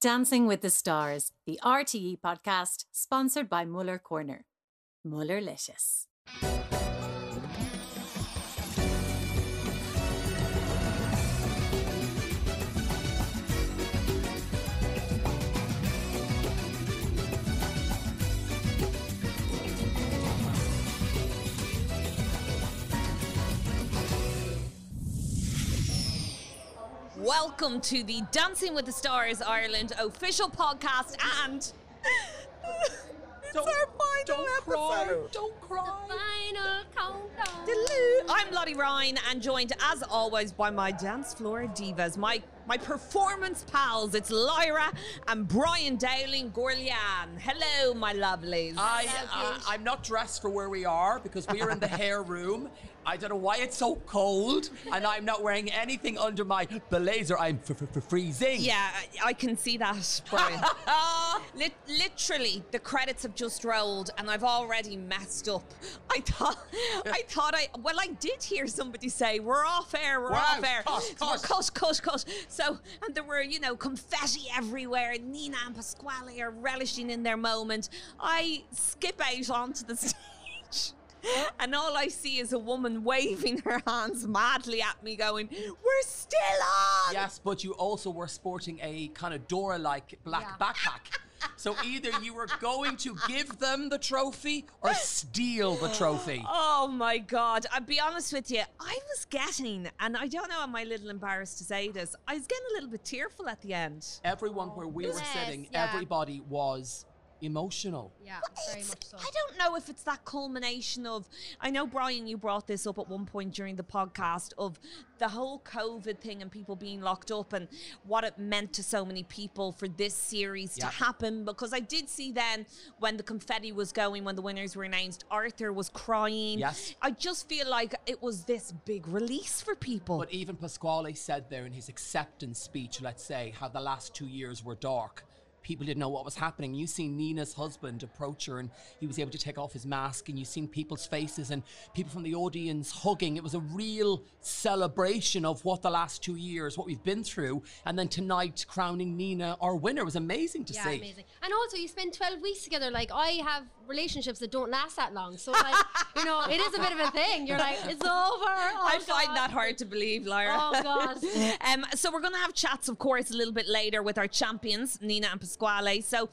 Dancing with the Stars, the RTE podcast sponsored by Muller Corner. Mullerlicious. Welcome to the Dancing with the Stars Ireland official podcast and it's Don't- our final don't episode. cry, Don't cry. final countdown. I'm Lottie Ryan and joined as always by my dance floor divas, my my performance pals. It's Lyra and Brian Dowling Gorlian. Hello, my lovelies. I, uh, I I'm not dressed for where we are because we are in the hair room. I don't know why it's so cold, and I'm not wearing anything under my blazer. I'm f- f- f- freezing. yeah, I, I can see that, Brian. Lit- literally, the credits have just rolled, and I've already messed up. I thought, I thought I. Well, I did hear somebody say, "We're off air, we're Wow, off air, cut, we're cut. cut, cut, cut." So, and there were, you know, confetti everywhere. and Nina and Pasquale are relishing in their moment. I skip out onto the stage. And all I see is a woman waving her hands madly at me, going, We're still on! Yes, but you also were sporting a kind of Dora-like black backpack. So either you were going to give them the trophy or steal the trophy. Oh my God. I'll be honest with you. I was getting, and I don't know, am I a little embarrassed to say this? I was getting a little bit tearful at the end. Everyone where we were Oh. Yes, sitting, yeah. everybody was emotional. Yeah, very It's- much so. I don't know if it's that culmination of. I know, Brian, you brought this up at one point during the podcast of the whole COVID thing and people being locked up and what it meant to so many people for this series Yeah. to happen. Because I did see then when the confetti was going, when the winners were announced, Arthur was crying. Yes. I just feel like it was this big release for people. But even Pasquale said there in his acceptance speech, let's say, how the last two years were dark. People didn't know what was happening. You seen Nina's husband approach her, and he was able to take off his mask, and you seen people's faces and people from the audience hugging. It was a real celebration of what the last two years, what we've been through, and then tonight crowning Nina our winner was amazing to yeah, see. amazing. And also, you spend 12 weeks together. Like, I have relationships that don't last that long. So, like, you know, it is a bit of a thing. You're like, it's over. Oh, I find God. that hard to believe, Lyra. Oh, God. um, so we're going to have chats, of course, a little bit later with our champions, Nina and Pasquale. So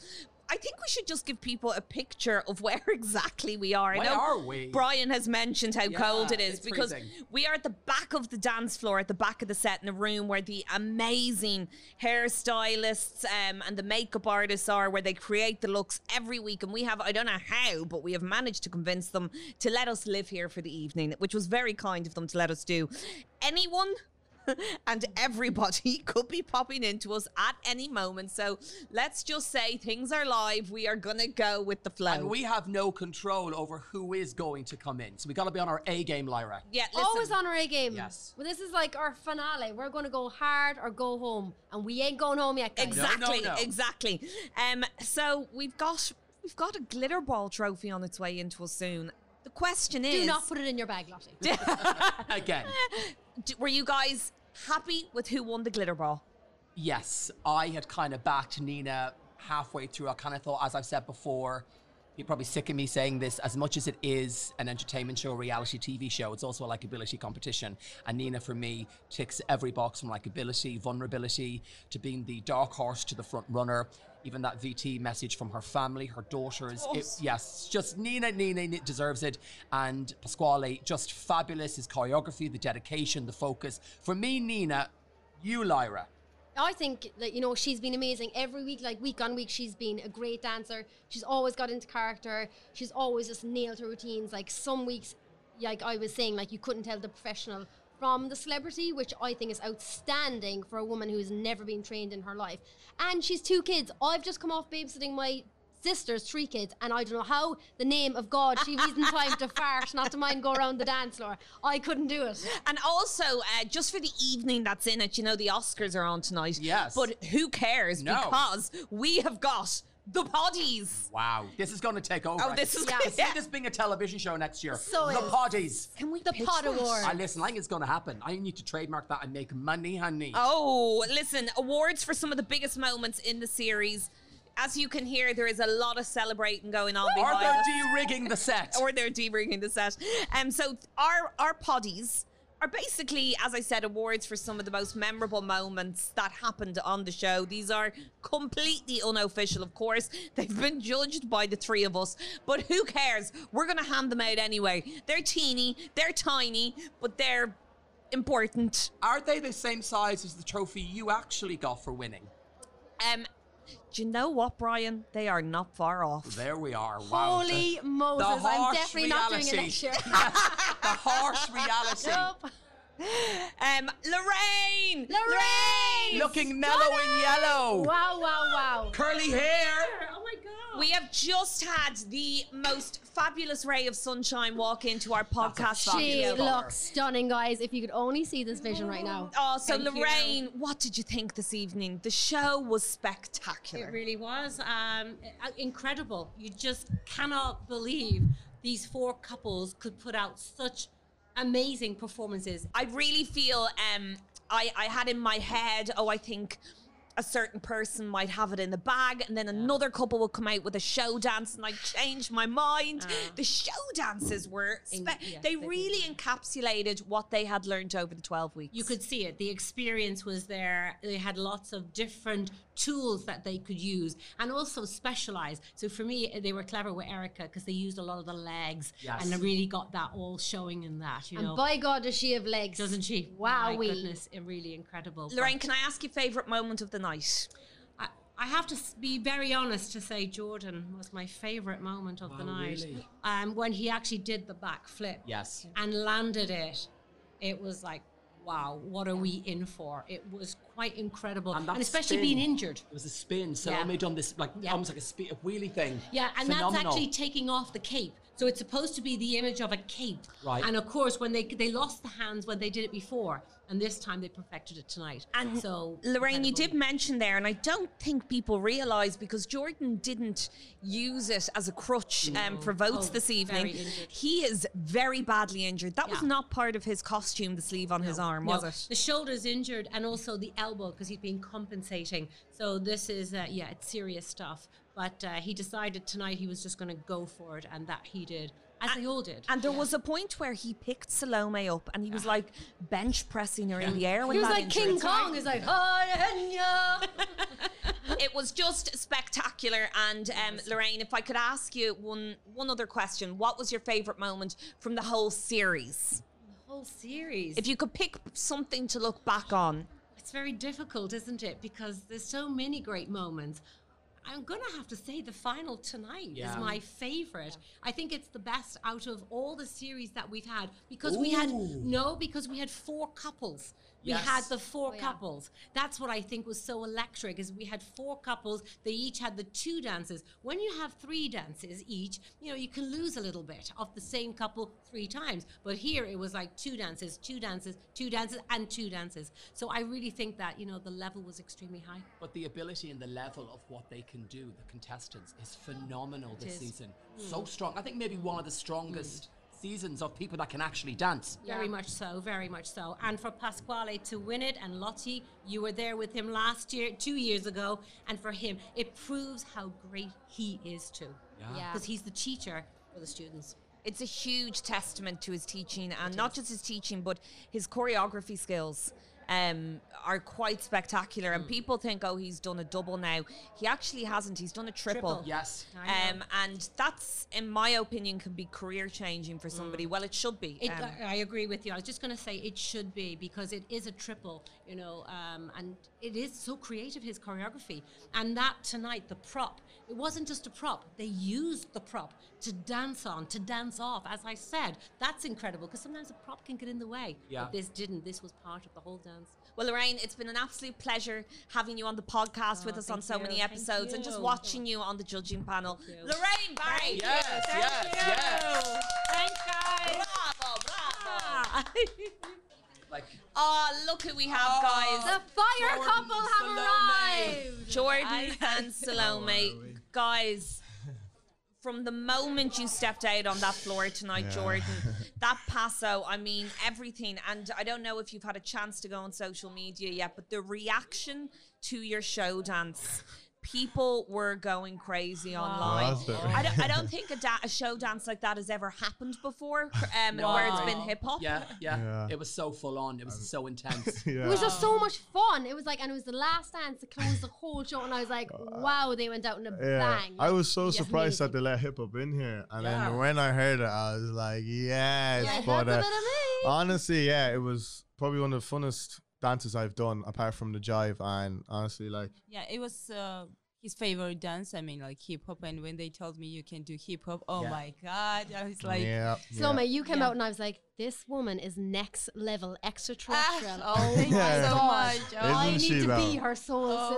I think we should just give people a picture of where exactly we are. I Where know are we? Brian has mentioned how Yeah, cold it is it's because freezing. we are at the back of the dance floor, at the back of the set in a room where the amazing hairstylists um, and the makeup artists are, where they create the looks every week. And we have, I don't know how, but we have managed to convince them to let us live here for the evening, which was very kind of them to let us do. Anyone? And everybody could be popping into us at any moment. So let's just say things are live. We are going to go with the flow. And we have no control over who is going to come in. So we got to be on our A game, Lyra. yeah, listen. Always on our A game. Yes. Well, this is like our finale. We're going to go hard or go home. And we ain't going home yet, guys. Exactly, no. exactly. Um, so we've got we've got a glitter ball trophy on its way into us soon. The question is, Do not put it in your bag, Lottie. Again. d- were you guys happy with who won the glitter ball? Yes, I had kind of backed Nina halfway through. I kind of thought, as I've said before, you're probably sick of me saying this. As much as it is an entertainment show, a reality TV show, it's also a likability competition. And Nina, for me, ticks every box from likability, vulnerability, to being the dark horse to the front runner. Even that VT message from her family, her daughters. It, yes, just Nina, Nina Nina deserves it. And Pasquale, just fabulous. His choreography, the dedication, the focus. For me, Nina, you, Lyra. I think that you know she's been amazing every week, like week on week. She's been a great dancer. She's always got into character. She's always just nailed her routines. Like some weeks, like I was saying, like you couldn't tell the professional from the celebrity, which I think is outstanding for a woman who's never been trained in her life. And she's two kids. I've just come off babysitting my sister's three kids, and I don't know how the name of God she was in time to fart, not to mind go around the dance floor. I couldn't do it. And also, uh, just for the evening that's in it, you know the Oscars are on tonight. Yes. but who cares? No. Because we have got the poddies. Wow, this is going to take over. Oh, this is- I Yeah. see this being a television show next year. So the is- parties. Can we The pitch pod that? award. I listen. I think it's going to happen. I need to trademark that and make money, honey. Oh, listen, awards for some of the biggest moments in the series. As you can hear, there is a lot of celebrating going on Are behind they us. de-rigging the set? or they're debriefing the set. Um, so our our poddies are basically, as I said, awards for some of the most memorable moments that happened on the show. These are completely unofficial, of course. They've been judged by the three of us, but who cares? We're gonna hand them out anyway. They're teeny, they're tiny, but they're important. Are they the same size as the trophy you actually got for winning? Um, do you know what, Brian? They are not far off. There we are. Wow. Holy the, the Moses, I'm harsh definitely reality. not doing it next year. the harsh reality. nope. Um, Lorraine, Lorraine! Looking mellow and yellow. Wow, wow, wow. Curly hair. Oh We have just had the most fabulous ray of sunshine walk into our podcast That's a She studio. fabulous- looks stunning, guys. If you could only see this vision right now. Oh, so Thank you. Lorraine, what did you think this evening? The show was spectacular. It really was um, i- incredible. You just cannot believe these four couples could put out such amazing performances. I really feel um I, I had in my head, oh, I think a certain person might have it in the bag, and then another couple will come out with a show dance, and I changed my mind. the show dances were spe- Uh. In- yeah, they they did. really encapsulated what they had learned over the twelve weeks. You could see it. The experience was there. They had lots of different tools that they could use and also specialized. So for me, eh, they were clever with Erica because they used a lot of the legs Yes. and they really got that all showing in that, you And know. by God, does she have legs? doesn't she? Wow, My goodness, it really incredible. But- Lorraine, can I ask your favorite moment of the night? I, I have to s- be very honest to say Jordan was my favorite moment of the Wow, night. really? Um, when he actually did the backflip Yes. and landed it, it was like, wow, what are we in for? It was quite incredible, And and, that especially spin. being injured. It was a spin. So Yeah. I made on this like Yeah. almost like a, spe- a wheelie thing. Yeah, and that's Phenomenal. actually taking off the cape. So it's supposed to be the image of a cape. Right. And of course, when they they lost the hands when they did it before, and this time they perfected it tonight. And so Lorraine, you incredible. did mention there, and I don't think people realise because Jordan didn't use it as a crutch um, for votes Oh, this evening. very injured. He is very badly injured. That was Yeah. not part of his costume, the sleeve on his arm, No, was it? The shoulder's injured and also the elbow because he'd been compensating. So this is, uh, yeah, it's serious stuff. But uh, he decided tonight he was just going to go for it, and that he did, as they all did. And there was a point where he picked Salome up and he was like bench pressing her in the air. When He was that like injury- King Kong. He's like, oh, yeah. It was just spectacular. And um, Lorraine, if I could ask you one one other question, what was your favourite moment from the whole series? whole series. If you could pick something to look back on. It's very difficult, isn't it? Because there's so many great moments. I'm going to have to say the final tonight Yeah. is my favorite. I think it's the best out of all the series that we've had because we had Ooh. no because we had four couples. We Yes. had the four Oh, yeah. couples. That's what I think was so electric is we had four couples. They each had the two dances. When you have three dances each, you know, you can lose a little bit of the same couple three times. But here it was like two dances, two dances, two dances and two dances. So I really think that, you know, the level was extremely high. But the ability and the level of what they can do, the contestants, is phenomenal this is. Hmm. season. So strong. I think maybe one of the strongest seasons of people that can actually dance. Very much so, very much so. And for Pasquale to win it, and Lotti, you were there with him last year, two years ago, and for him, it proves how great he is too. Yeah. Because he's the teacher for the students. It's a huge testament to his teaching, and not just his teaching, but his choreography skills um, are quite spectacular. Hmm. And people think, oh, he's done a double now. He actually hasn't. He's done a triple. Triple. Yes. I Um, and that's, in my opinion, can be career changing for Mm. somebody. Well, it should be. It, um, I- I agree with you. I was just going to say it should be because it is a triple, you know, um, and it is so creative his choreography. And that tonight, the prop, it wasn't just a prop. They used the prop to dance on, to dance off. As I said, that's incredible because sometimes a prop can get in the way. Yeah. But this didn't. This was part of the whole dance. Well, Lorraine, it's been an absolute pleasure having you on the podcast with us on Oh, thank so you, many thank episodes and just you. watching you on the judging panel. Thank you. Lorraine Barry. Yes, yes, yes. Thanks, guys. Bravo, bravo. Like Oh, look who we have, guys. Ah, The fire Jordan couple Salome. have arrived. Jordan and Salome. guys, from the moment you stepped out on that floor tonight, Jordan, that passo, I mean, everything. And I don't know if you've had a chance to go on social media yet, but the reaction to your show dance. People were going crazy online. Was there? I don't, I don't think a, da- a show dance like that has ever happened before, um, where it's been Wow. hip hop. Yeah, yeah, Yeah. Um, It was so full on. It was so intense. Yeah. It was just so much fun. It was like, and it was the last dance to close the whole show, and I was like, wow, they went out in a Yeah, bang. I was so It's surprised that amazing. they let hip hop in here, and Yeah. then when I heard it, I was like, "Yes!" Like, but that's uh, a bit of me. honestly, yeah, it was probably one of the funnest dances I've done, apart from the jive. And honestly, like, Yeah, it was uh, his favorite dance. I mean, like hip hop. And when they told me you can do hip hop, oh Yeah. my god, I was like, yeah, Sloma, yeah. you came Yeah. out, and I was like, this woman is next level ah, extraterrestrial. oh, thank you Yeah. so God. much. Oh, I Isn't need she to be though? her soul Oh.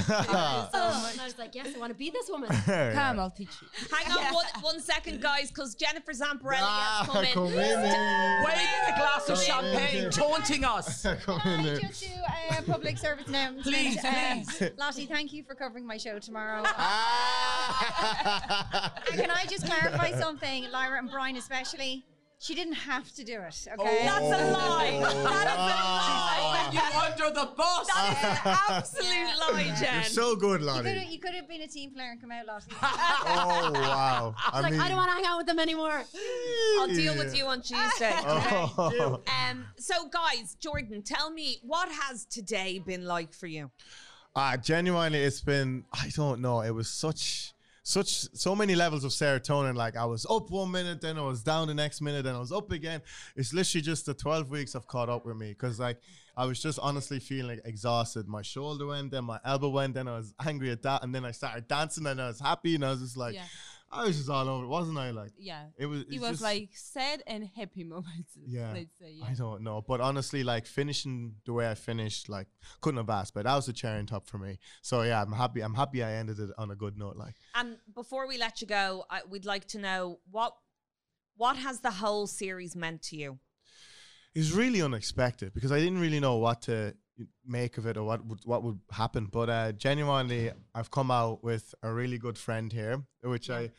Yeah. So I was like, yes, I want to be this woman. Come, I'll teach you. Hang on one, one second, guys, because Jennifer Zamparelli has come in. Ah, come in here. Wait, a glass of Come in champagne here. taunting us. Come in here. just do a uh, public service announcement? Please, Uh, please. Lottie, thank you for covering my show tomorrow. Ah. And can I just clarify something, Lyra and Brian especially? She didn't have to do it, okay? That's a lie. Oh, That You under the bus. is Ah. an absolute lie, You're Jen. so good, you could Lottie. have, you could have been a team player and come out, Lottie. Oh wow! I like, mean, I don't want to hang out with them anymore. I'll deal with you on Tuesday. okay? Oh. Um, so, guys, Jordan, tell me what has today been like for you? Ah, genuinely, it's been I don't know. It was such such so many levels of serotonin. Like I was up one minute, then I was down the next minute, then I was up again. It's literally just the twelve weeks have caught up with me because like I was just honestly feeling exhausted. My shoulder went, then my elbow went, then I was angry at that, and then I started dancing, and I was happy, and I was just like, Yeah. I was just all over, it, wasn't I? Like Yeah, it was. it it's was just- like sad and happy moments. Yeah. let's say. I Yeah. don't know, but honestly, like finishing the way I finished, like couldn't have asked. But that was the cherry on top for me. So yeah, I'm happy. I'm happy I ended it on a good note. Like And before we let you go, I, we'd like to know what what has the whole series meant to you? it was really unexpected because I didn't really know what to make of it or what would, what would happen. But uh, genuinely, I've come out with a really good friend here, which I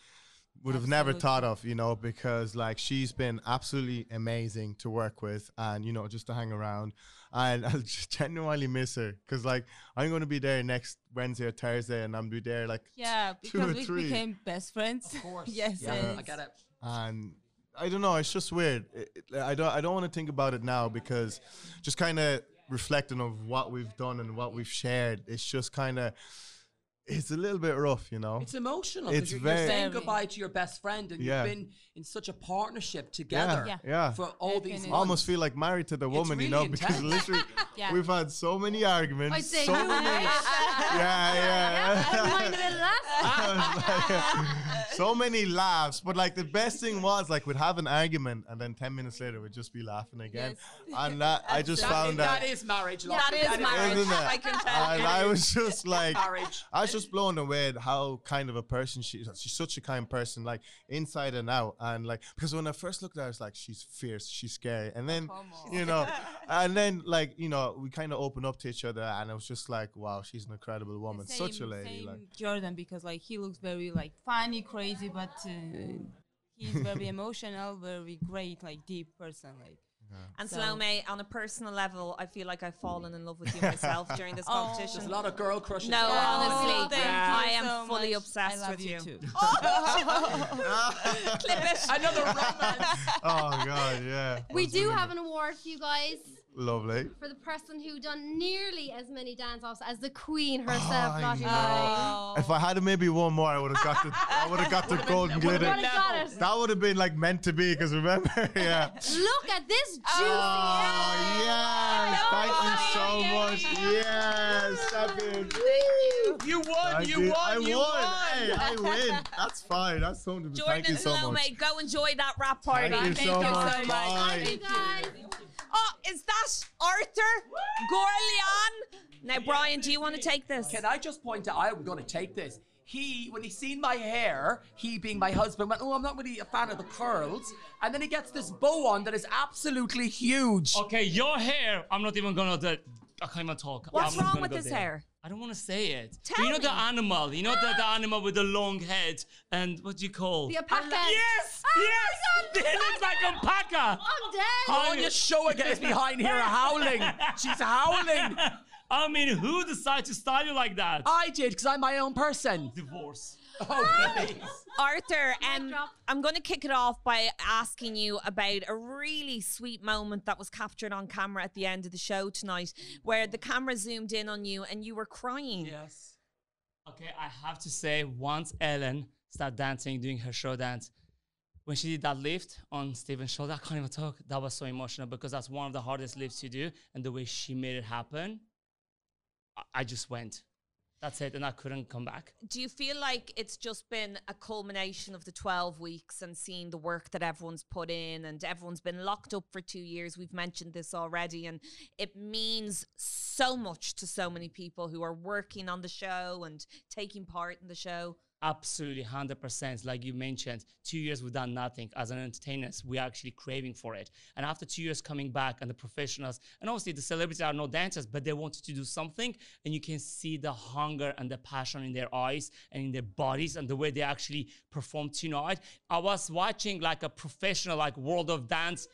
would have never Absolutely. thought of, you know, because like she's been absolutely amazing to work with and, you know, just to hang around. And I'll just genuinely miss her because like I'm going to be there next Wednesday or Thursday and I'm be there like, Yeah, because or we three. became best friends. Of course. yes, Yeah, and I get it. and I don't know. It's just weird. It- it- I don't. I don't want to think about it now because just kind of reflecting of what we've done and what we've shared. It's just kind of. It's a little bit rough, you know. It's emotional. 'cause It's you're, you're saying very- goodbye to your best friend, and Yeah. you've been in such a partnership together Yeah, yeah. for all these Definitely. months. Almost feel like married to the woman, you know, really because intense. literally Yeah. we've had so many arguments. I'd say, so you many, know, yeah, yeah. I don't mind a bit of that. so many laughs. But like the best thing was like we'd have an argument and then ten minutes later we'd just be laughing again. And that I just That is- found out. that is marriage. Lottie. That is marriage. Isn't it? I can tell. and I was just like, Marriage. I was just blown away at how kind of a person she is. She's such a kind person, like inside and out. And like, because when I first looked at her, I was like, she's fierce, she's scary. And then, you know, and then like, you know, we kind of opened up to each other and I was just like, wow, she's an incredible woman, such a same- lady. Like, same Jordan because like he looks very like funny, crazy, but uh, he's very emotional, very great, like deep person. Like And So- Salome, on a personal level, I feel like I've fallen in love with you myself during this competition. There's a lot of girl crushes. No, going on. honestly, thank I you am so fully much. obsessed I love with you. too. Clip it. Another romance. oh God, yeah. We That's do really have an award for you guys lovely. for the person who done nearly as many dance offs as the queen herself, I Lottie. know. Oh. Oh. If I had maybe one more, I would have got the I would have got the golden Would glitter. have got it. That would have been like meant to be, because remember, yeah. Look at this juicy. Oh yes! Thank you so much. Yes, champion. Woo! You won. Thank you won. I you Hey, I win. That's fine. That's something. to be- Jordan Thank you and so Salome, much. go enjoy that rap party. Thank you so much. Thank you Bye. guys. Oh, is that Arthur Gorleon? Now, Brian, do you want to take this? Can I just point out? I'm going to take this. He, when he seen my hair, he being my husband, went, "Oh, I'm not really a fan of the curls." And then he gets this bow on that is absolutely huge. Okay, your hair, I'm not even gonna. do- I can't even talk. What's I'm not wrong gonna with go his there. hair? I don't want to say it. Tell you know the me. animal. You know the, the animal with the long head and what do you call? The alpaca. Yes, Oh my yes. God, It looks like a packer. I'm dead. Anya's show again is behind here howling. She's howling. I mean, who decides to style you like that? I did because I'm my own person. Divorce. Oh, please. Arthur, um, drop. I'm going to kick it off by asking you about a really sweet moment that was captured on camera at the end of the show tonight, where the camera zoomed in on you and you were crying. Yes. Okay, I have to say, once Ellen started dancing, doing her show dance, when she did that lift on Steven's shoulder, I can't even talk. That was so emotional because that's one of the hardest lifts to do. And the way she made it happen, I, I just went. That's it. And I couldn't come back. Do you feel like it's just been a culmination of the 12 weeks and seeing the work that everyone's put in and everyone's been locked up for two years? We've mentioned this already, and it means so much to so many people who are working on the show and taking part in the show. Absolutely, 100%. Like you mentioned, two years without nothing. As an entertainer, we are actually craving for it. And after two years coming back, and the professionals, and obviously the celebrities are no dancers, but they wanted to do something. And you can see the hunger and the passion in their eyes and in their bodies and the way they actually perform tonight. I was watching like a professional, like World of Dance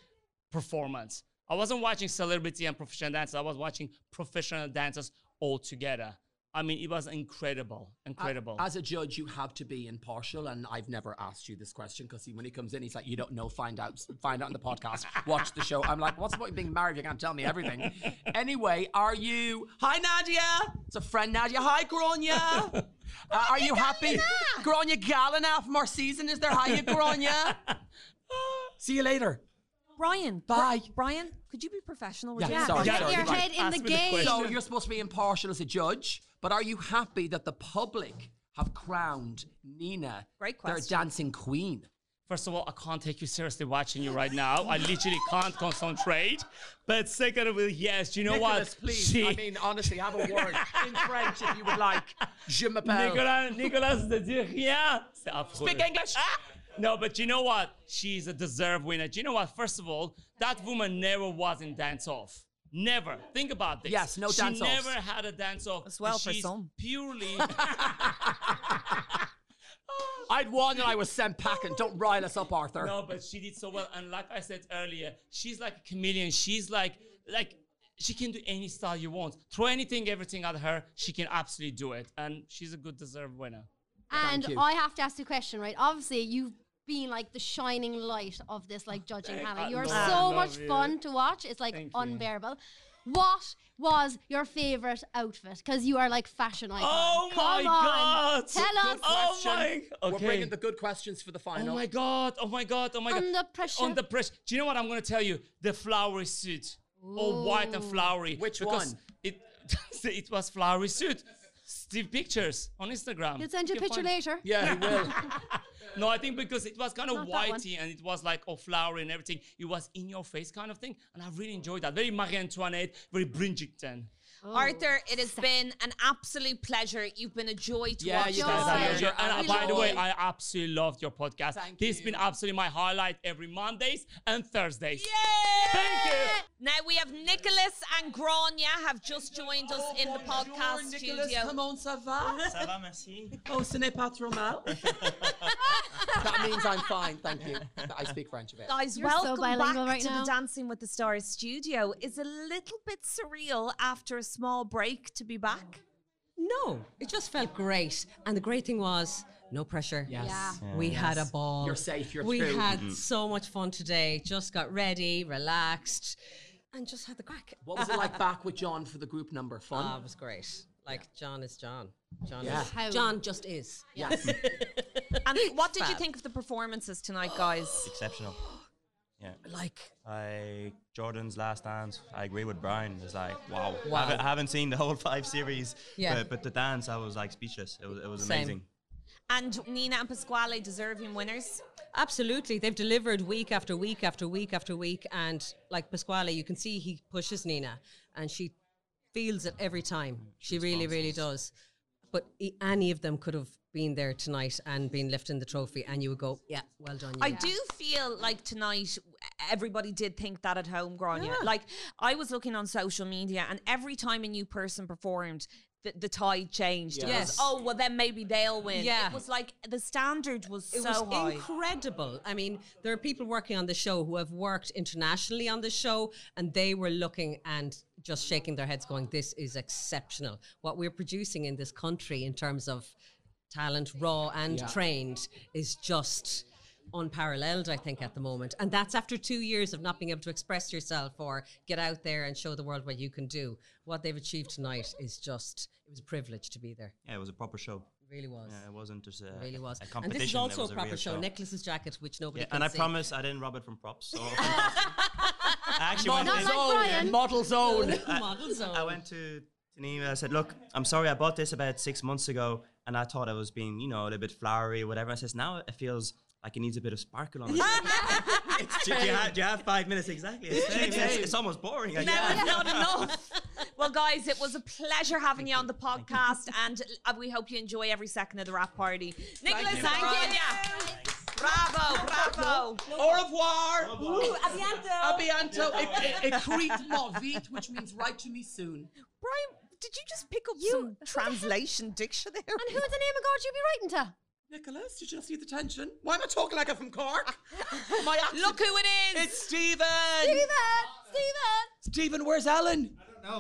performance. I wasn't watching celebrity and professional dancers, I was watching professional dancers all together. I mean, it was incredible, incredible. As a judge, you have to be impartial, and I've never asked you this question because when he comes in, he's like, "You don't know. Find out. Find out in the podcast. Watch the show." I'm like, "What's the point of being married? You can't tell me everything." Anyway, are you? Hi, Nadia. It's a friend, Nadia. Hi, Gronya. Uh, are you happy? Gronya Galina from our season is there. Hiya, Gronya. See you later. Brian, Bye. Brian, could you be professional? Would Yeah, you? sorry, Get sorry. your right. head in Ask the me the game. question. So you're supposed to be impartial as a judge, but are you happy that the public have crowned Nina Great their question. dancing queen? First of all, I can't take you seriously watching you right now. I literally can't concentrate. But second of all, yes, you know Nicholas, what? please. I mean, honestly, have a word in French if you would like. Je m'appelle. Nicolas, Nicolas ne dit rien. C'est affreux. Speak English. Ah! No, but you know what? She's a deserved winner. Do you know what? First of all, that woman never was in dance off. Never. Think about this. Yes, no she dance-offs. never had a dance off. As well for she's some. Purely. I'd won and I was sent packing. Don't rile us up, Arthur. No, but she did so well. And like I said earlier, she's like a chameleon. She's like, like, she can do any style you want. Throw anything, everything at her. She can absolutely do it. And she's a good deserved winner. And you. I have to ask you a question, right? Obviously, you've been like the shining light of this like judging Thank- panel. I You are love- so love much you. fun to watch. It's like Thank you. unbearable. What was your favorite outfit? Because you are like fashion icon. Oh Come my on. God. Tell Good us Oh Question. my- We're okay. bringing the good questions for the Oh final. my god! Oh my god! Oh my god! Under pressure. Under pressure. Do you know what I'm gonna tell you? The flowery suit, all white and flowery. Which because one? It it was flowery suit. Steve pictures on Instagram. He'll send you a can picture find- later. Yeah, he will. No, I think because it was kind of Not that one. whitey and it was like all flowery and everything. It was in your face kind of thing, and I really enjoyed that. Very Marie Antoinette, very Bridgerton. Arthur, it has been an absolute pleasure. You've been a joy to Yeah, watch. you us. Yeah, guys are yeah, pleasure. And And uh, we by the love way, you. I absolutely loved your podcast. Thank this you. has been absolutely my highlight every Mondays and Thursdays. Thank you. Now we have Nicholas and Grania have just joined us in the podcast studio. Comment ça va? Ça va, merci. Oh, ce n'est pas trop mal. that means I'm fine, thank you. I speak French a bit. Guys, You're so welcome back bilingual right to now. the Dancing with the Stars studio. It's a little bit surreal after a small break to be back. No, it just felt great. And the great thing was no pressure. Yes. Yeah. We had a ball. You're safe, you're we through. Mm-hmm. had so much fun today. Just got ready, relaxed, and just had the crack. What was it like back with John for the group number? Fun? Ah, it was great. Like John is John. John Yeah. is How- John just is. yes. And what did you Fab. think of the performances tonight, guys? exceptional. Yeah. Like I Jordan's last dance. I agree with Brian. It's like wow. Wow. I haven't, I haven't seen the whole five series. Yeah. But, but the dance, I was like speechless. It was, it was Same. amazing. And Nina and Pasquale deserving winners. Absolutely. They've delivered week after week after week after week. And like Pasquale, you can see he pushes Nina and she feels it every time. She really, really does. But e- any of them could have been there tonight and been lifting the trophy, and you would go, yeah, well done. You. I do feel like tonight everybody did think that at home growing up. Like I was looking on social media, and every time a new person performed. The, the tide changed. It was, Yes. oh, well, then maybe they'll win. Yeah. It was like the standard was It so was high. incredible. I mean, there are people working on the show who have worked internationally on the show, and they were looking and just shaking their heads, going, "This is exceptional. What we're producing in this country in terms of talent, raw and Yeah. trained, is just." Unparalleled, I think, at the moment. And that's after two years of not being able to express yourself or get out there and show the world what you can do. What they've achieved tonight is just, it was a privilege to be there. Yeah, it was a proper show. It really was. Yeah, it wasn't just a, It really was. a and competition. this is it also a was proper real show. Nicholas's jacket, which nobody Yeah, can and I see. promise I didn't rob it from props. So I actually went Not in- like Brian. Model zone. Model zone. I went to Geneva. I said, "Look, I'm sorry. I bought this about six months ago, and I thought I was being, you know, a little bit flowery, whatever." I says, "Now it feels like it needs a bit of sparkle on it." do, do you have, do you have five minutes exactly? It's, it's- it's- it's almost boring. Like, Now yeah. it's not enough. Well, guys, it was a pleasure having you on the podcast, and uh, we hope you enjoy every second of the rap party. Nicholas, you. thank you. Bravo, bravo. Au revoir. Brian, Abianto. Ecrit movit, which means write to me soon. did you just pick up some translation dictionary? And who in the name of God you be writing to? Nicholas, did you see the tension? Why am I talking like I'm from Cork? My accent. Look who it is. It's Stephen. Steven! Steven! Stephen, where's Ellen?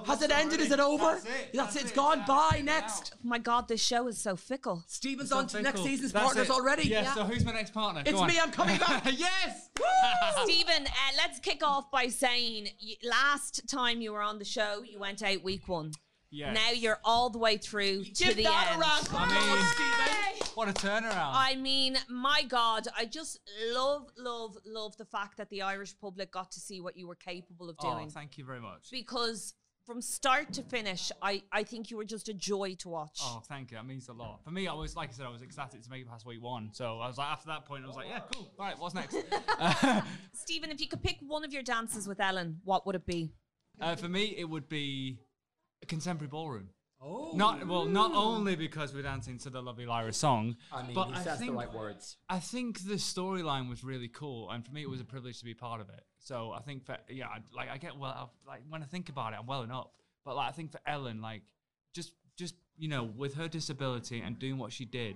Has it ended? Is it over? That's it. That's That's it. has it. gone. Yeah, Bye. I'm Next. Oh my God, this show is so fickle. Stephen's on to next season's That's partners it. already. Yeah, so who's my next partner? It's Go on. me. I'm coming back. yes! Stephen, uh, let's kick off by saying y- last time you were on the show, you went out week one. Yes. Now you're all the way through to Give the that end. a round of applause, Stephen. What a turnaround. I mean, my God, I just love, love, love the fact that the Irish public got to see what you were capable of oh, doing. thank you very much. because from start to finish, I, I think you were just a joy to watch. Oh, thank you. That means a lot. For me, I was, like I said, I was ecstatic to make it past week one. So I was like, after that point, I was like, yeah, cool. All right, what's next? Uh, Stephen, if you could pick one of your dances with Ellen, what would it be? Uh, for me, it would be a contemporary ballroom. Oh. Not well, not only because we're dancing to the lovely Lyra song, but I think words. I think the storyline was really cool, and for me, it was a privilege to be part of it. So I think for yeah, I, like I get well, I, like when I think about it, I'm welling up. But like I think for Ellen, like just just you know, with her disability and doing what she did,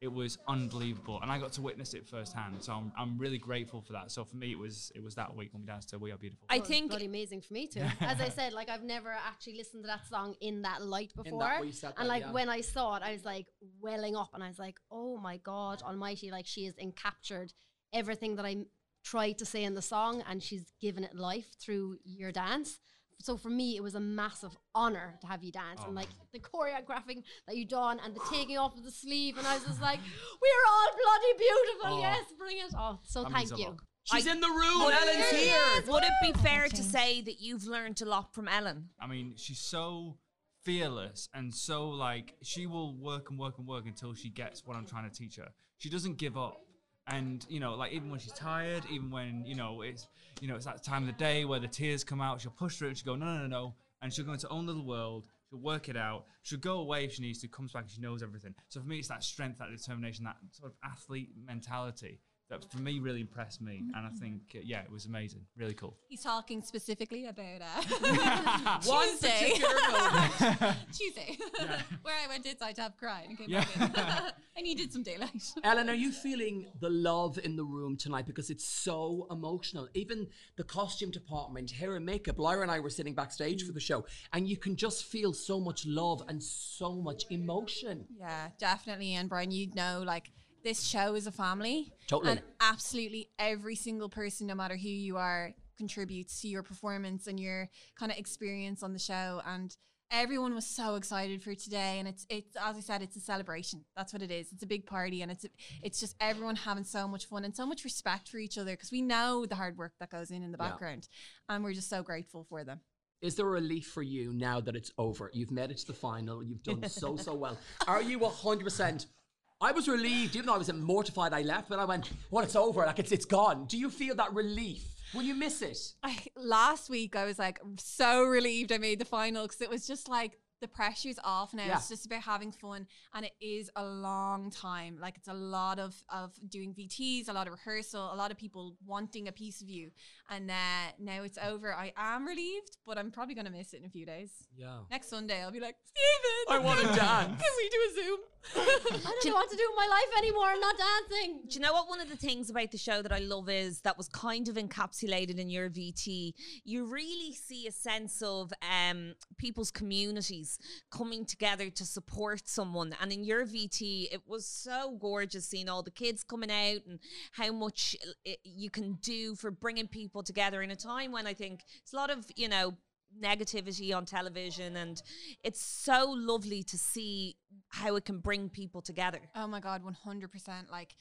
it was unbelievable, and I got to witness it firsthand. So I'm I'm really grateful for that. So for me, it was it was that week when we danced to "We Are Beautiful." I Well, Oh, it's think bloody amazing for me too. As I said, like I've never actually listened to that song in that light before, way you said that, and like yeah. when I saw it, I was like welling up, and I was like, "Oh my God, Almighty!" Like she has encaptured everything that I m- tried to say in the song, and she's given it life through your dance. So for me, it was a massive honor to have you dance, Oh. and like the choreographing that you done, and the taking off of the sleeve, and I was just like, "We are all bloody beautiful, Oh. yes, bring it!" Oh, so That means thank a you. lot. She's in the room. Would- Ellen's Yeah, here. would it be fair to say that you've learned a lot from Ellen? I mean, she's so fearless and so like she will work and work and work until she gets what I'm trying to teach her. She doesn't give up. And you know, like even when she's tired, even when you know it's you know it's that time of the day where the tears come out, she'll push through it. She'll go no, no, no, no, and she'll go into her own little world. She'll work it out. She'll go away if she needs to. Comes back and she knows everything. So for me, it's that strength, that determination, that sort of athlete mentality that for me really impressed me. And I think uh, yeah, it was amazing, really cool. He's talking specifically about uh, One Tuesday. particular moment. Tuesday, where I went inside to have a cry and came Yeah. back in. I needed some daylight. Ellen, are you feeling the love in the room tonight? Because it's so emotional. Even the costume department, hair and makeup. Lyra and I were sitting backstage for the show, and you can just feel so much love and so much emotion. Yeah, definitely. And Brian, you'd know like this show is a family. Totally. And absolutely every single person, no matter who you are, contributes to your performance and your kind of experience on the show. And everyone was so excited for today. And it's it's as I said, it's a celebration. That's what it is. It's a big party and it's it's just everyone having so much fun and so much respect for each other because we know the hard work that goes in in the Yeah. background. And we're just so grateful for them. Is there a relief for you now that it's over? You've made it to the final. You've done so, so well. Are you 100%? I was relieved, even though I was mortified I left, but I went, well, it's over. Like, it's, it's gone. Do you feel that relief? Will you miss it? I last week I was like so relieved I made the final because it was just like the pressure's off now. Yeah. It's just about having fun, and it is a long time. Like it's a lot of of doing VTs, a lot of rehearsal, a lot of people wanting a piece of you. And uh, now it's over. I am relieved, but I'm probably gonna miss it in a few days. Yeah. Next Sunday, I'll be like, Steven, I wanna dance." Can we do a Zoom? I don't know what to do with my life anymore. I'm not dancing. Do you know what? One of the things about the show that I love is that was kind of encapsulated in your VT. You really see a sense of um, people's communities coming together to support someone. And in your VT, it was so gorgeous seeing all the kids coming out and how much it, you can do for bringing people together in a time when I think it's a lot of, you know, negativity on television and it's so lovely to see how it can bring people together. Oh my god, one hundred percent. Like,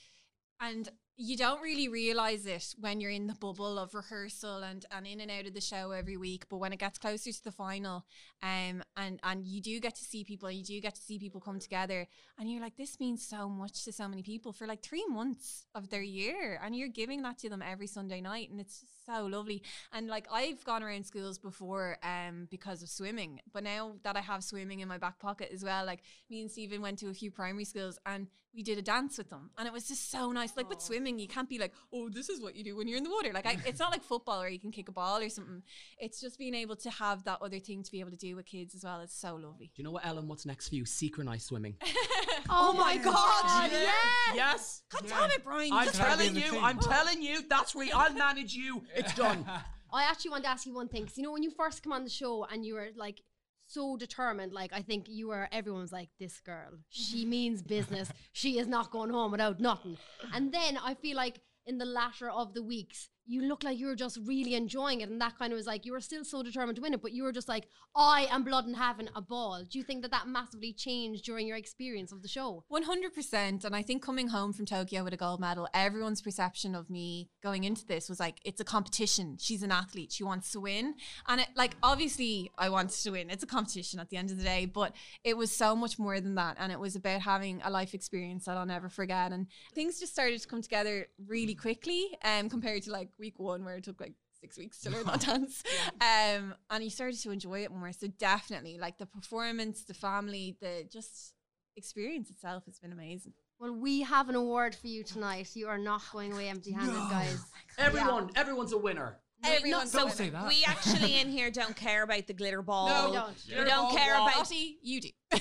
and you don't really realize it when you're in the bubble of rehearsal and and in and out of the show every week. But when it gets closer to the final, um, and and you do get to see people, you do get to see people come together, and you're like, this means so much to so many people for like three months of their year, and you're giving that to them every Sunday night, and it's just so lovely. And like I've gone around schools before, um, because of swimming, but now that I have swimming in my back pocket as well, like me and Stephen went to a few primary schools and we did a dance with them, and it was just so nice. Like with swimming, you can't be like, oh, this is what you do when you're in the water. Like I, it's not like football where you can kick a ball or something. It's just being able to have that other thing to be able to do with kids as well. It's so lovely. Do you know what, Ellen? What's next for you? Synchronized swimming. Oh, my God, yes! Yes. God damn it, Brian. I'm you- telling you. I'm telling you. That's where I'll manage you. It's done. I actually want to ask you one thing. Because, you know, when you first come on the show and you were like so determined, like, I think you were, everyone was like, this girl, she means business. she is not going home without nothing. And then I feel like in the latter of the weeks, you look like you were just really enjoying it. And that kind of was like, you were still so determined to win it, but you were just like, I am blood and having a ball. Do you think that that massively changed during your experience of the show? One hundred percent. And I think coming home from Tokyo with a gold medal, everyone's perception of me going into this was like, it's a competition. She's an athlete. She wants to win. And it like obviously I wanted to win. It's a competition at the end of the day. But it was so much more than that. And it was about having a life experience that I'll never forget. And things just started to come together really quickly, um, compared to like week one where it took like six weeks to learn that dance. Um, and you started to enjoy it more. So definitely, like the performance, the family, the just experience itself has been amazing. Well, we have an award for you tonight. You are not going away empty handed, guys. Everyone. Everyone's a winner. Everyone's Don't a say winner. that. We actually in here don't care about the glitter ball. No, we don't. We Glitter don't ball care what? about. You do.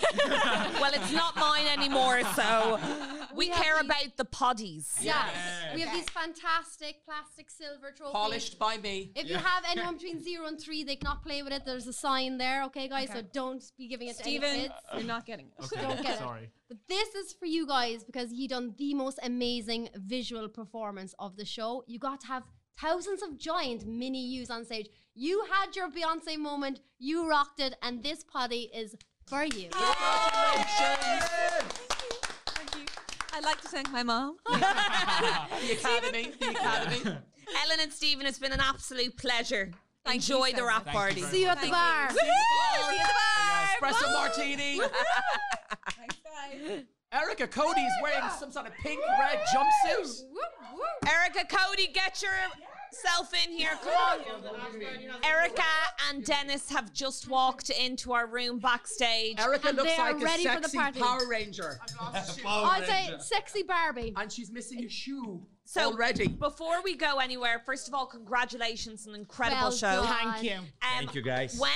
well, it's not mine anymore, so we, care about the poddies. Yes. We have these fantastic plastic silver trophies. Polished by me. If you have anyone between zero and three, they cannot play with it. There's a sign there, okay, guys? So don't be giving it to any Stephen, kids. you're not getting it. Okay, Don't get it. sorry. But this is for you guys because you done the most amazing visual performance of the show. You got to have thousands of giant mini yous on stage. You had your Beyonce moment, you rocked it, and this potty is for you. I'd like to thank my mom. the academy. The academy. Ellen and Stephen, it's been an absolute pleasure. Enjoy the rap party. See you at the bar. Woohoo! See you at the bar. Espresso Bye. martini. Erica Cody is wearing some sort of pink red jumpsuit. Erica, Cody, get yourself in here. Come on. Erica and Dennis have just walked into our room backstage. Erica And looks they are like a ready for the sexy party. Power Ranger. I'd say sexy Barbie. And she's missing a shoe. So already. Before we go anywhere, first of all, congratulations, an incredible Well show. done. Thank you. Um, Thank you, guys. When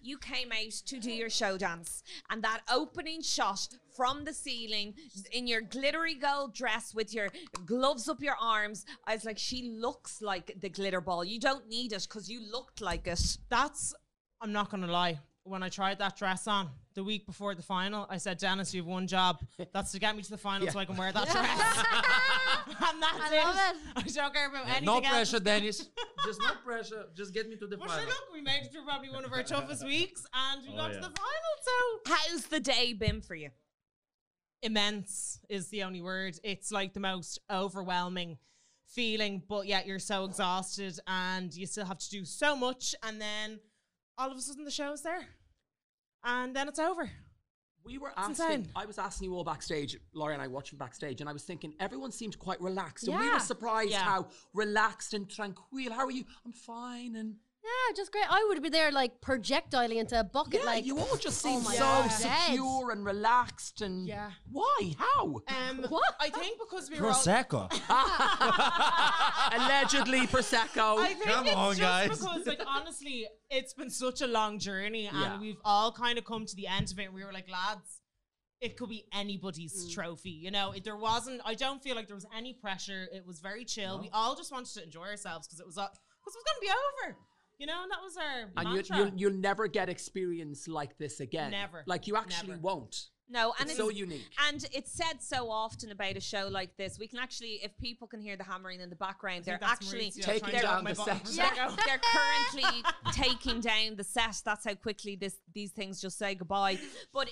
you came out to do your show dance and that opening shot from the ceiling in your glittery gold dress with your gloves up your arms, I was like, she looks like the glitter ball. You don't need it because you looked like it. That's I'm not gonna lie. When I tried that dress on the week before the final, I said, Dennis, you have one job. That's to get me to the final so I can wear that dress. and that's I it. love I don't care about anything no else. pressure, Dennis. Just no pressure. Just get me to the But sure, final. look, we made it through probably one of our toughest weeks and we Oh, got yeah. to the final. So, how's the day been for you? Immense is the only word. It's like the most overwhelming feeling, but yet you're so exhausted and you still have to do so much. And then all of a sudden, the show's there. And then it's over. We were It's asking, insane. I was asking you all backstage, Laurie and I watching backstage, and I was thinking everyone seemed quite relaxed. And we Yeah. were surprised Yeah. how relaxed and tranquil. How are you? I'm fine. And Yeah, just great. I would be there like projectilely into a bucket. Yeah, like you all just oh seem my so God. secure and relaxed and Yeah. why? How? Um, what? I think because we were all, Prosecco. Allegedly prosecco. I think it's just because, like, honestly, it's been such a long journey, and Yeah. we've all kind of come to the end of it. And we were like, lads, it could be anybody's Mm. trophy, you know. It, there wasn't. I don't feel like there was any pressure. It was very chill. We all just wanted to enjoy ourselves because it was because it was gonna be over, you know. And that was our and you, mantra. you'll, you'll never get experience like this again. Never. Like you actually Never. won't. No, and it's so unique. And it's said so often about a show like this. We can actually, if people can hear the hammering in the background, they're that's actually Maurizio Taking they're, trying to down knock my the bottom set. they're- they're currently taking down the set. That's how quickly this these things just say goodbye. But eh,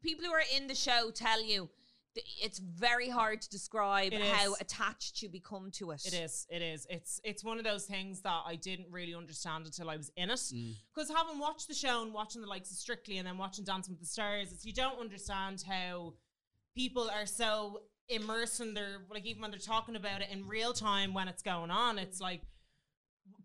people who are in the show tell you. th- It's very hard to describe It how is. attached you become to it. It is. It is. It's it's one of those things that I didn't really understand until I was in it. Because having watched the show and watching the likes of Strictly and then watching Dancing with the Stars, it's you don't understand how people are so immersed in their like even when they're talking about it in real time when it's going on, it's like,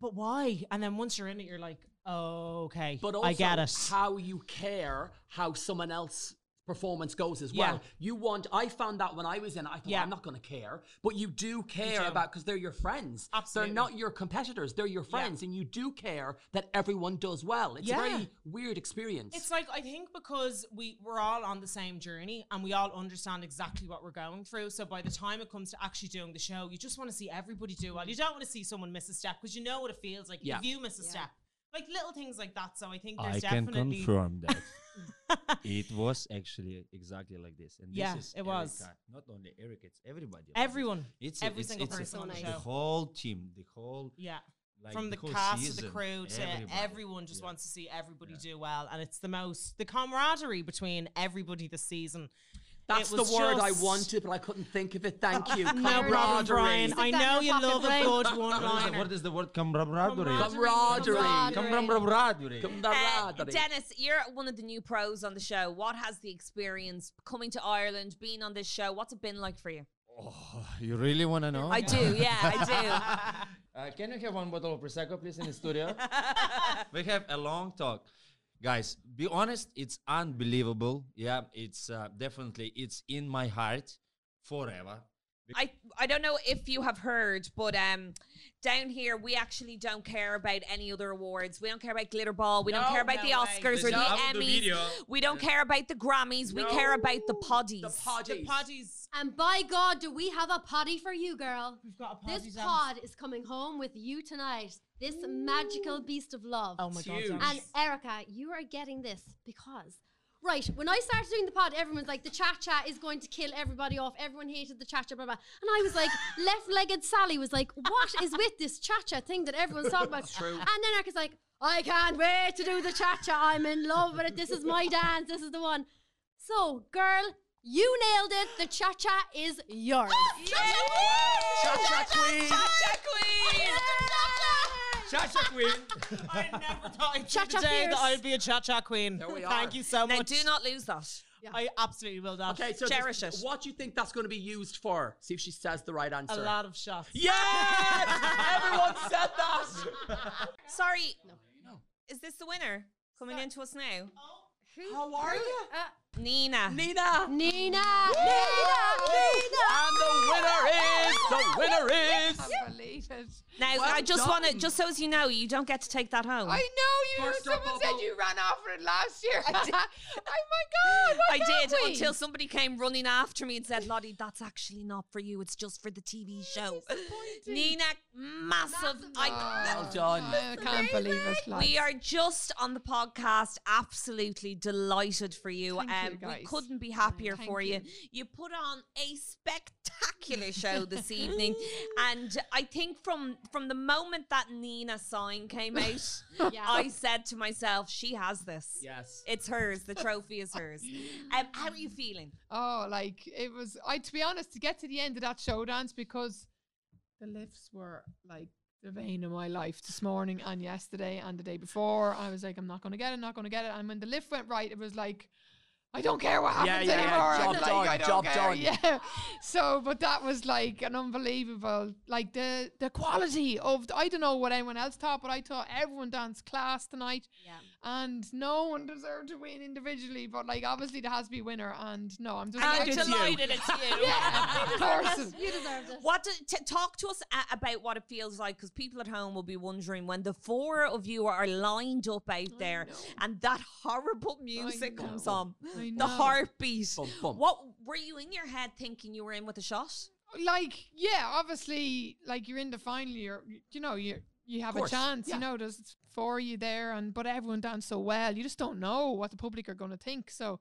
but why? And then once you're in it, you're like, oh, okay, But also I get it. how you care how someone else's performance goes as well. Yeah. You want I found that when I was in it, I thought Yeah. I'm not gonna care. But you do care do. about because they're your friends. Absolutely. They're not your competitors, they're your friends, and you do care that everyone does well. It's a Yeah. very weird experience. It's like I think because we we're all on the same journey and we all understand exactly what we're going through. So by the time it comes to actually doing the show, you just want to see everybody do well. You don't want to see someone miss a step because you know what it feels like Yeah. if you miss a step. Like little things like that. So I think there's I can definitely confirm that it was actually exactly like this. And Yeah, this is it was. Erica. Not only Eric, it's everybody. like Everyone. this. It's Every it's, single it's person on the the show. whole team, the whole Yeah. like, From the whole cast to season, the crew to everybody. everyone just wants to see everybody do well. And it's the most the camaraderie between everybody this season. That's It the was word I just- wanted, but I couldn't think of it. Thank you. No problem, Brian. I know you love a good What is the- one-liner. What is the word camaraderie? Camaraderie. Camaraderie. Uh, Dennis, you're one of the new pros on the show. What has the experience coming to Ireland, being on this show? What's it been like for you? Oh. You really want to know? I do, yeah, I Uh, can you have one bottle of prosecco, please, in the studio? we have a long talk, guys. Be honest, it's unbelievable. Yeah, it's uh, definitely it's in my heart forever. do. I I don't know if you have heard, but um, down here we actually don't care about any other awards. We don't care about Glitter Ball. We No, don't care about the no way. Oscars The or the job of the Emmys. video. we don't care about the Grammys. We care about the poddies. The poddies. And by God, do we have a potty for you, girl? We've got a This pod is coming home with you tonight. This magical beast of love. Oh my It's God, huge. And Erica, you are getting this because. Right, when I started doing the pod, everyone's like, the cha cha is going to kill everybody off. Everyone hated the cha cha, blah, blah. And I was like, left legged Sally was like, what is with this cha cha thing that everyone's talking about? It's true. And then Erica's like, I can't wait to do the cha cha. I'm in love with it. This is my dance. This is the one. So, girl, you nailed it. The cha cha is yours. Cha-cha queen. Cha-cha queen. Cha-cha queen. I never thought I'd see Cha-cha the day fierce. that I'd be a cha cha queen. There we Thank are. you so Now, much. do not lose that. I absolutely will not. Okay, so cherish just it. what do you think that's going to be used for? See if she says the right answer. A lot of shots. Yes! Everyone said that. Sorry. Is this the winner coming into us now? Oh, uh, How are you? Nina. Nina. Nina. And the winner is the winner is. Now, Well I just want to, done. just so as you know, you don't get to take that home. I know you. First someone up, said Bobo. you ran after it last year. I did. oh my god! why I can't did we? until somebody came running after me and said, Lottie, that's actually not for you. It's just for the TV show. Nina, massive. I, Well done. I can't believe it. we lads. are just on the podcast. Absolutely delighted for you. Thank you, um, we guys. couldn't be happier Thank for you. you. you. put on a spectacular show this evening, and I think from from the moment that Nina sign came out, Yeah. I said to myself, she has this. Yes, it's hers. The trophy is hers. Um, how are you feeling? Oh, like it was. I to be honest, to get to the end of that show dance because the lifts were like the vein of my life this morning and yesterday and the day before. I was like, I'm not gonna get it, not gonna get it. And when the lift went right, it was like. I don't care what Yeah, happens yeah, yeah. anymore. Job I'm like, done, I don't job care. done. Yeah. So, but that was like an unbelievable, like the the quality of. I don't know what anyone else thought, but I thought everyone danced class tonight. Yeah. And no one deserved to win individually, but like obviously there has to be a winner. And no, I'm just And like- it's delighted it's you. yeah, You of deserve course. this. What do, t- talk to us a- about what it feels like because people at home will be wondering when the four of you are lined up out there and that horrible music comes on, the I know. heartbeat. What were you in your head thinking you were in with a shot? like yeah obviously like you're in the final you're you know you you have a Course, chance yeah. you know there's four of you there and but everyone danced so well you just don't know what the public are going to think so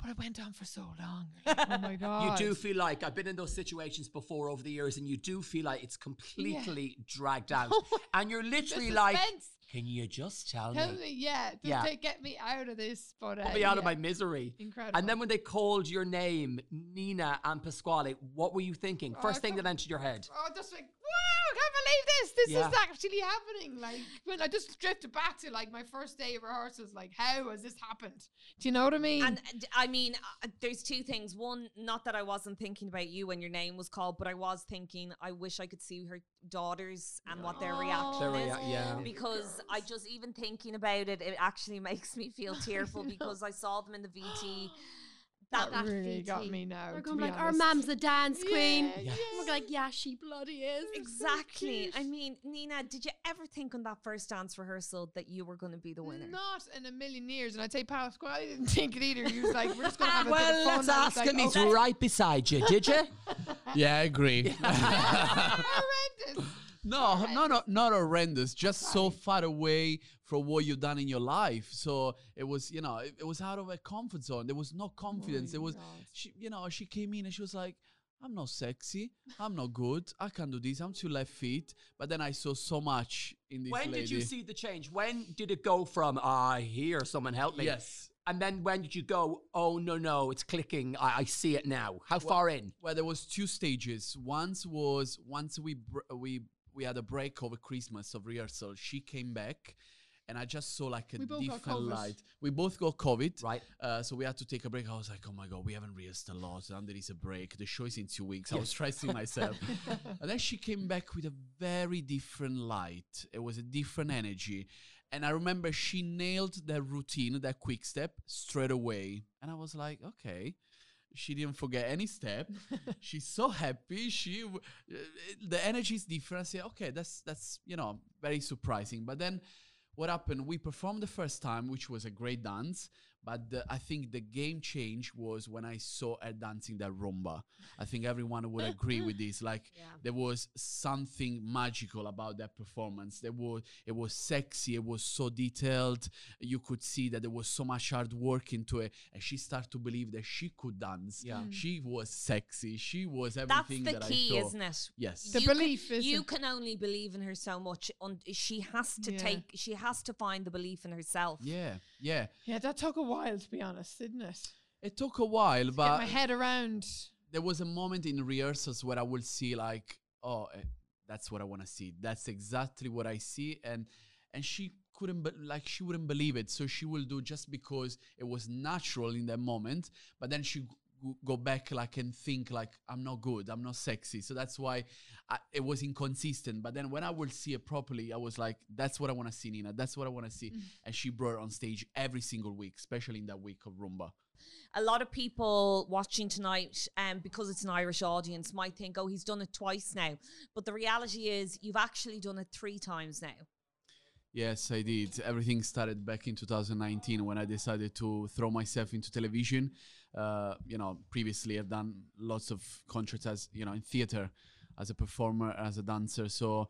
but it went on for so long Like, oh my god You do feel like I've been in those situations before over the years, and you do feel like it's completely dragged out, and you're literally like, suspense. "Can you just tell, tell me yeah just Yeah. take- get me out of this but uh, Put me out of yeah. my misery. Incredible. And then when they called your name, Nina and Pasquale, what were you thinking? Oh, First I thing can't- that entered your head. Oh, just like, wow, I can't believe this. This Yeah. is actually happening. Like, when I just drifted back to like my first day of rehearsals, like, how has this happened? Do you know what I mean? And uh, d- I mean, uh, there's two things. One, not that I wasn't thinking about you when your name was called, but I was thinking, I wish I could see her daughters and what their reaction Their is. rea- Oh, yeah. Because I just, even thinking about it, it actually makes me feel tearful because I saw them in the VT. That really got me now, We're to going be like, our honest. mum's the dance Yeah, queen. yeah. We're like, yeah, she bloody is. Exactly. I mean, Nina, did you ever think on that first dance rehearsal that you were going to be the winner? Not in a million years. And I'd say Pasquale didn't think it either. He was like, we're just going to have a bit of well, fun. let's And I was ask like, "Oh, him. He's okay. right beside you. Did you? Yeah, I agree. no, no, no, not horrendous. Just so far away from what you've done in your life. So it was, you know, it, it was out of her comfort zone. There was no confidence. There was, she, you know, she came in and she was like, "I'm not sexy. I'm not good. I can't do this. I'm too left feet." But then I saw so much in this When did you lady. see the change? When did it go from "Ah, "I hear someone help me"? Yes. And then when did you go? Oh no, no, it's clicking. I, I see it now. How far in? Well, there was two stages. Once was once we br- we we had a break over Christmas of rehearsal. She came back, and I just saw like a We both got different COVID. light. We both got COVID, right? Uh, so we had to take a break. I was like, oh my god, we haven't rehearsed a lot, and there is a break. The show is in two weeks. I was Yes. stressing myself, and then she came back with a very different light. It was a different energy. And I remember she nailed that routine, that quick step, straight away. And I was like, okay, she didn't forget any step. She's so happy. She w- uh, the energy is different. I say, okay, that's that's you know very surprising. But then what happened? We performed the first time, which was a great dance. But the, I think the game change was when I saw her dancing that rumba. I think everyone would agree with this. Like there was something magical about that performance. There was it was sexy. It was so detailed. You could see that there was so much hard work into it, and she started to believe that she could dance. Yeah. Mm. she was sexy. She was That's everything the that key, I thought. isn't it? Yes, You can- you can only believe in her so much. On she has to Yeah. take, she has to find the belief in herself. Yeah, yeah. Yeah, that took a while, to be honest, didn't it? It took a while, Get but my head around. there was a moment in rehearsals where I would see like, oh, eh, that's what I want to see. That's exactly what I see, and and she couldn't be- like she wouldn't believe it, so she will do just because it was natural in that moment. But then she g- g- go back like and think like I'm not good, I'm not sexy. So that's why I, it was inconsistent. But then when I would see it properly, I was like, that's what I want to see, Nina. That's what I want to see. Mm. and she brought it on stage every single week, especially in that week of Roomba. a lot of people watching tonight, um, because it's an Irish audience, might think, oh, he's done it twice now. But the reality is, you've actually done it three times now. Yes, I did. Everything started back in 2019 when I decided to throw myself into television. Uh, you know, previously I've done lots of contracts as you know in theater, as a performer, as a dancer. So,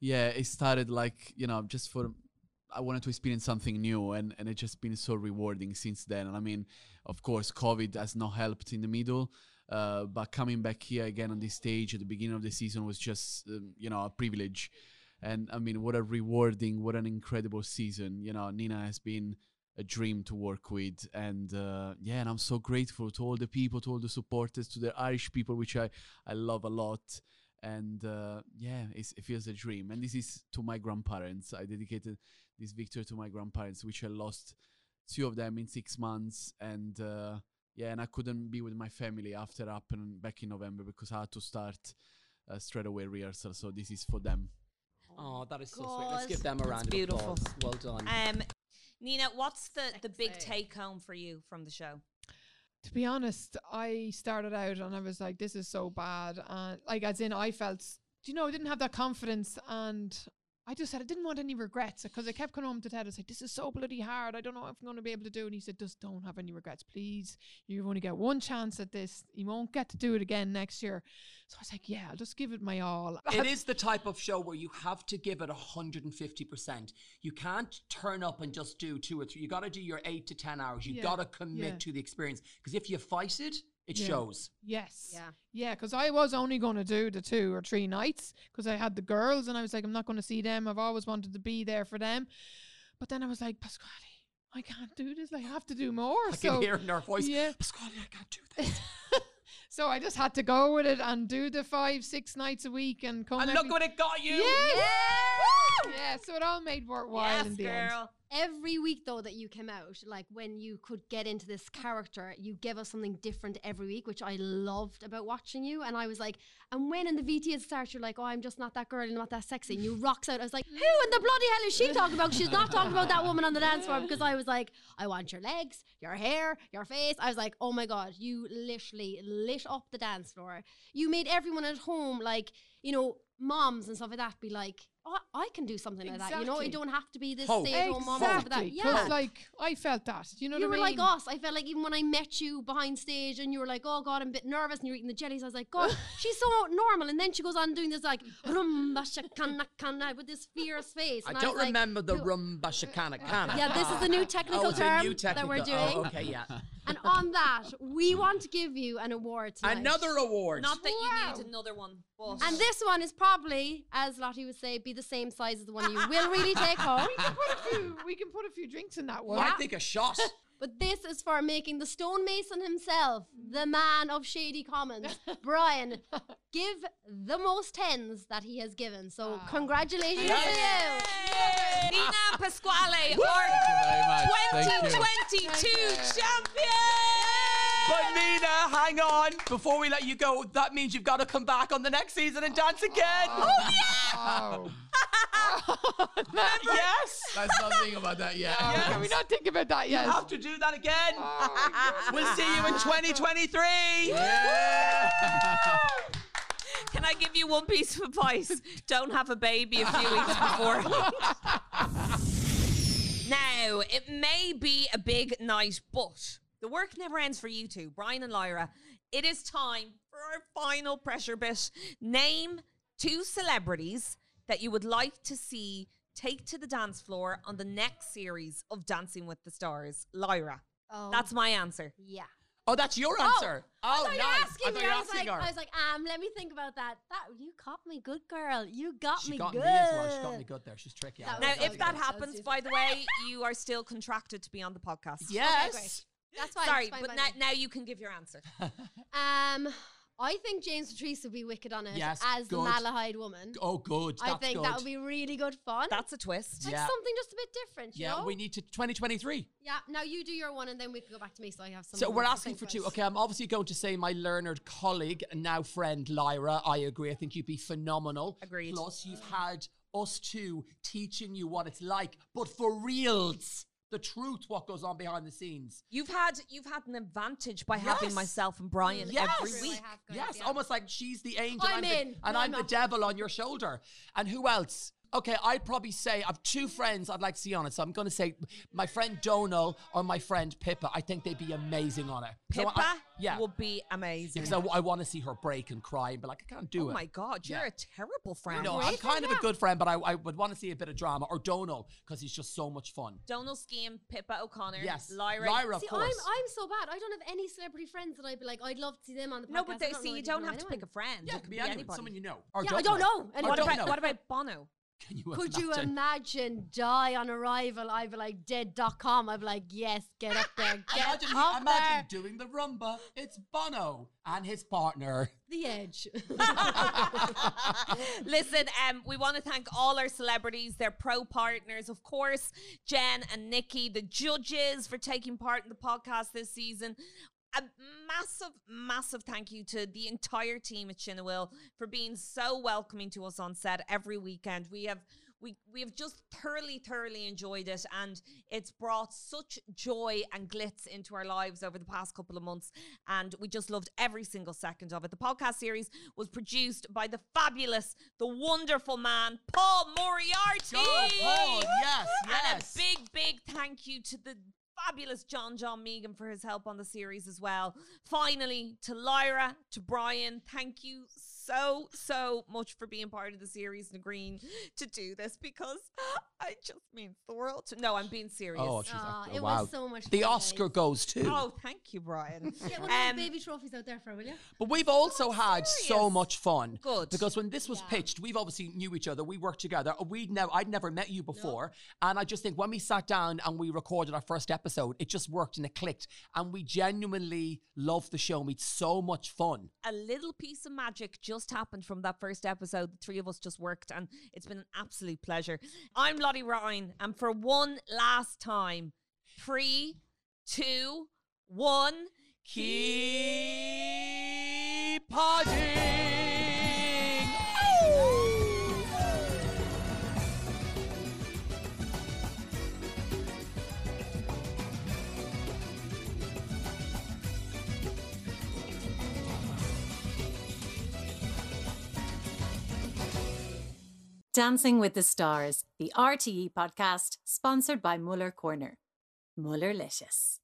yeah, it started like you know just for I wanted to experience something new, and and it's just been so rewarding since then. And I mean, of course, COVID has not helped in the middle. Uh, but coming back here again on this stage at the beginning of the season was just, um, you know, a privilege and I mean, what a rewarding, what an incredible season. You know, Nina has been a dream to work with, and uh, yeah, and I'm so grateful to all the people, to all the supporters, to the Irish people, which I I love a lot. And uh, yeah, it's, it feels a dream. And this is to my grandparents. I dedicated this victory to my grandparents, which I lost two of them in six months, and uh, yeah, and I couldn't be with my family after happened back in November because I had to start uh, straight away rehearsal. So this is for them. Oh, that is so sweet. Let's give them a That's round beautiful. of applause. Well done. Um, Nina, what's the, the big take home for you from the show? to be honest, I started out and I was like, this is so bad. And like, as in, I felt, do you know, I didn't have that confidence. And I just said, I didn't want any regrets because I kept coming home to Ted. I was like, this is so bloody hard. I don't know if I'm going to be able to do it. And he said, just don't have any regrets, please. You only get one chance at this. You won't get to do it again next year. So I was like, yeah, I'll just give it my all. It is the type of show where you have to give it 150%. You can't turn up and just do two or three. You got to do your eight to 10 hours. You Yeah, got to commit yeah. to the experience. Because if you fight it, it Yeah. shows. Yes. Yeah. Yeah, because I was only going to do the two or three nights because I had the girls and I was like, I'm not going to see them. I've always wanted to be there for them. But then I was like, Pasquale, I can't do this. I have to do more. I so, can hear it in her voice. Yeah. Pasquale, I can't do this. so I just had to go with it and do the five, six nights a week and come And every- look what it got you. Yes! Yeah. Yeah, so it all made worthwhile in the end. Every week though that you came out, like when you could get into this character, you give us something different every week, which I loved about watching you. And I was like, and when in the VTS starts, you're like, oh, I'm just not that girl and not that sexy. And you rocks out. I was like, who in the bloody hell is she talking about? She's not talking about that woman on the dance floor because I was like, I want your legs, your hair, your face. I was like, oh my god, you literally lit up the dance floor. You made everyone at home like, you know, moms and stuff like that be like. Oh, I can do something like that. You know, I Exactly. don't have to be this Hope. stay at home mom over that. Exactly, 'cause, Yeah. like I felt that. You know you what were I mean? like us. I felt like even when I met you behind stage and you were like, oh God, I'm a bit nervous and you're eating the jellies. I was like, God, she's so normal. And then she goes on doing this like, rumba shakana kana with this fierce face. I And don't was like, Uh, remember the rumba shakana kana. Yeah, this is the new technical oh, it's a new term that we're technical- doing. Oh, okay, yeah. And on that, we want to give you an award tonight. Another award. Not that you Wow. need another one, but And this one is probably, as Lottie would say, be the same size as the one you will really take home. we, can put a few, we can put a few drinks in that one. I think a shot. But this is for making the stonemason himself, the man of Shady Commons, Brian, give the most tens that he has given. So congratulations to you. Nina Pasquale Woo! are Thank you very much. Thank you. 2022 Thank you. champion. But Nina, hang on. Before we let you go, that means you've got to come back on the next season and dance again. Oh, yeah. Oh. yes. Let's not think about that yet. No, Can we not think about that You yet? have to do that again. Oh. we'll see you in 2023. Can I give you one piece of advice? Don't have a baby a few weeks before. now, it may be a big night, but the work never ends for you two, Brian and Lyra. It is time for our final pressure bit. Name two celebrities that you would like to see take to the dance floor on the next series of Dancing with the Stars. Lyra. Oh. That's my answer. Yeah. Oh, that's your Oh, answer. I Oh, thought you were nice. asking I thought you me. were I was asking like, her. I was like, um, let me think about that. That you caught me good, girl. You got She me got good. me as well. She got me good there. She's tricky. That I Now, like if that girl. happens, by the way, you are still contracted to be on the podcast. Yes. Okay, great. That's fine, Sorry, that's fine but by now, me. now you can give your answer. Um, I think James Patrice would be wicked on it Yes, as the good. Malahide woman. Oh, good. I That's think good. that would be really good fun. That's a twist. Like Yeah. something just a bit different, you yeah, know? we need to 2023. yeah, now you do your one and then we can go back to me so I have some. So more we're to asking think for about. two. Okay, I'm obviously going to say my learned colleague and now friend Lyra. I agree. I think you'd be phenomenal. Agreed. Plus, you've had us two teaching you what it's like, but for reals, the truth, what goes on behind the scenes. You've had you've had an advantage by having Yes. myself and Brian yes. every week. yes, almost like she's the angel I'm I'm the- in. and No, I'm no. the devil on your shoulder. And who else? Okay, I'd probably say I've two friends I'd like to see on it. So I'm going to say my friend Donal or my friend Pippa. I think they'd be amazing on it. So I- Pippa yeah. would be amazing. Because I, want to see her break and cry and be like, I can't do oh it. my god, you're Yeah. a terrible friend. No, I'm kind of a good friend, but I, I would want to see a bit of drama or Donal because he's just so much fun. Donald Scheme, Pippa O'Connor, Yes. Lyra. Lyra, of See, I'm, course. I'm so bad. I don't have any celebrity friends that I'd be like, I'd love to see them on the podcast. No, but I they don't see know you if I don't know have to anyone. pick a friend. Yeah, it could be anyone, someone you know. Or yeah, I don't know. know. Or anyone. What don't about, know. what about Bono? Can you Could you imagine die on arrival? I'd be like dead.com. I'd be like, yes, get up there. Get Imagine, up he- there. imagine doing the rumba. It's Bono and his partner. The edge. Listen, um, we want to thank all our celebrities, their pro partners, of course, Jen and Nikki, the judges for taking part in the podcast this season. A massive, massive thank you to the entire team at Chinawil for being so welcoming to us on set every weekend. We have we we have just thoroughly, thoroughly enjoyed it, and it's brought such joy and glitz into our lives over the past couple of months. And we just loved every single second of it. The podcast series was produced by the fabulous, the wonderful man, Paul Moriarty. Go, Oh, Paul. Yes, yes. And a big, big thank you to the fabulous John John Megan for his help on the series as well. Finally, to Lyra, to Brian, thank you so, so much for being part of the series and agreeing to do this because I just mean the world. To, no, I'm being serious. Oh, she's Aw, it wow. was so much The fun, Oscar guys. goes too. Oh, thank you, Brian. Get one of those Um, baby trophies out there for, her, will you? But we've also had so much fun. Good. Because when this was pitched, we've obviously knew each other. We worked together. We now I'd never met you before. And I just think when we sat down and we recorded our first episode, it just worked and it clicked. And we genuinely loved the show. and We had so much fun. a little piece of magic just happened from that first episode. The three of us just worked, and it's been an absolute pleasure. I'm Lottie Ryan, and for one last time, three, two, one, keep podding. Dancing with the E Stars, the RTE podcast, sponsored by Muller Corner. Mullerlicious.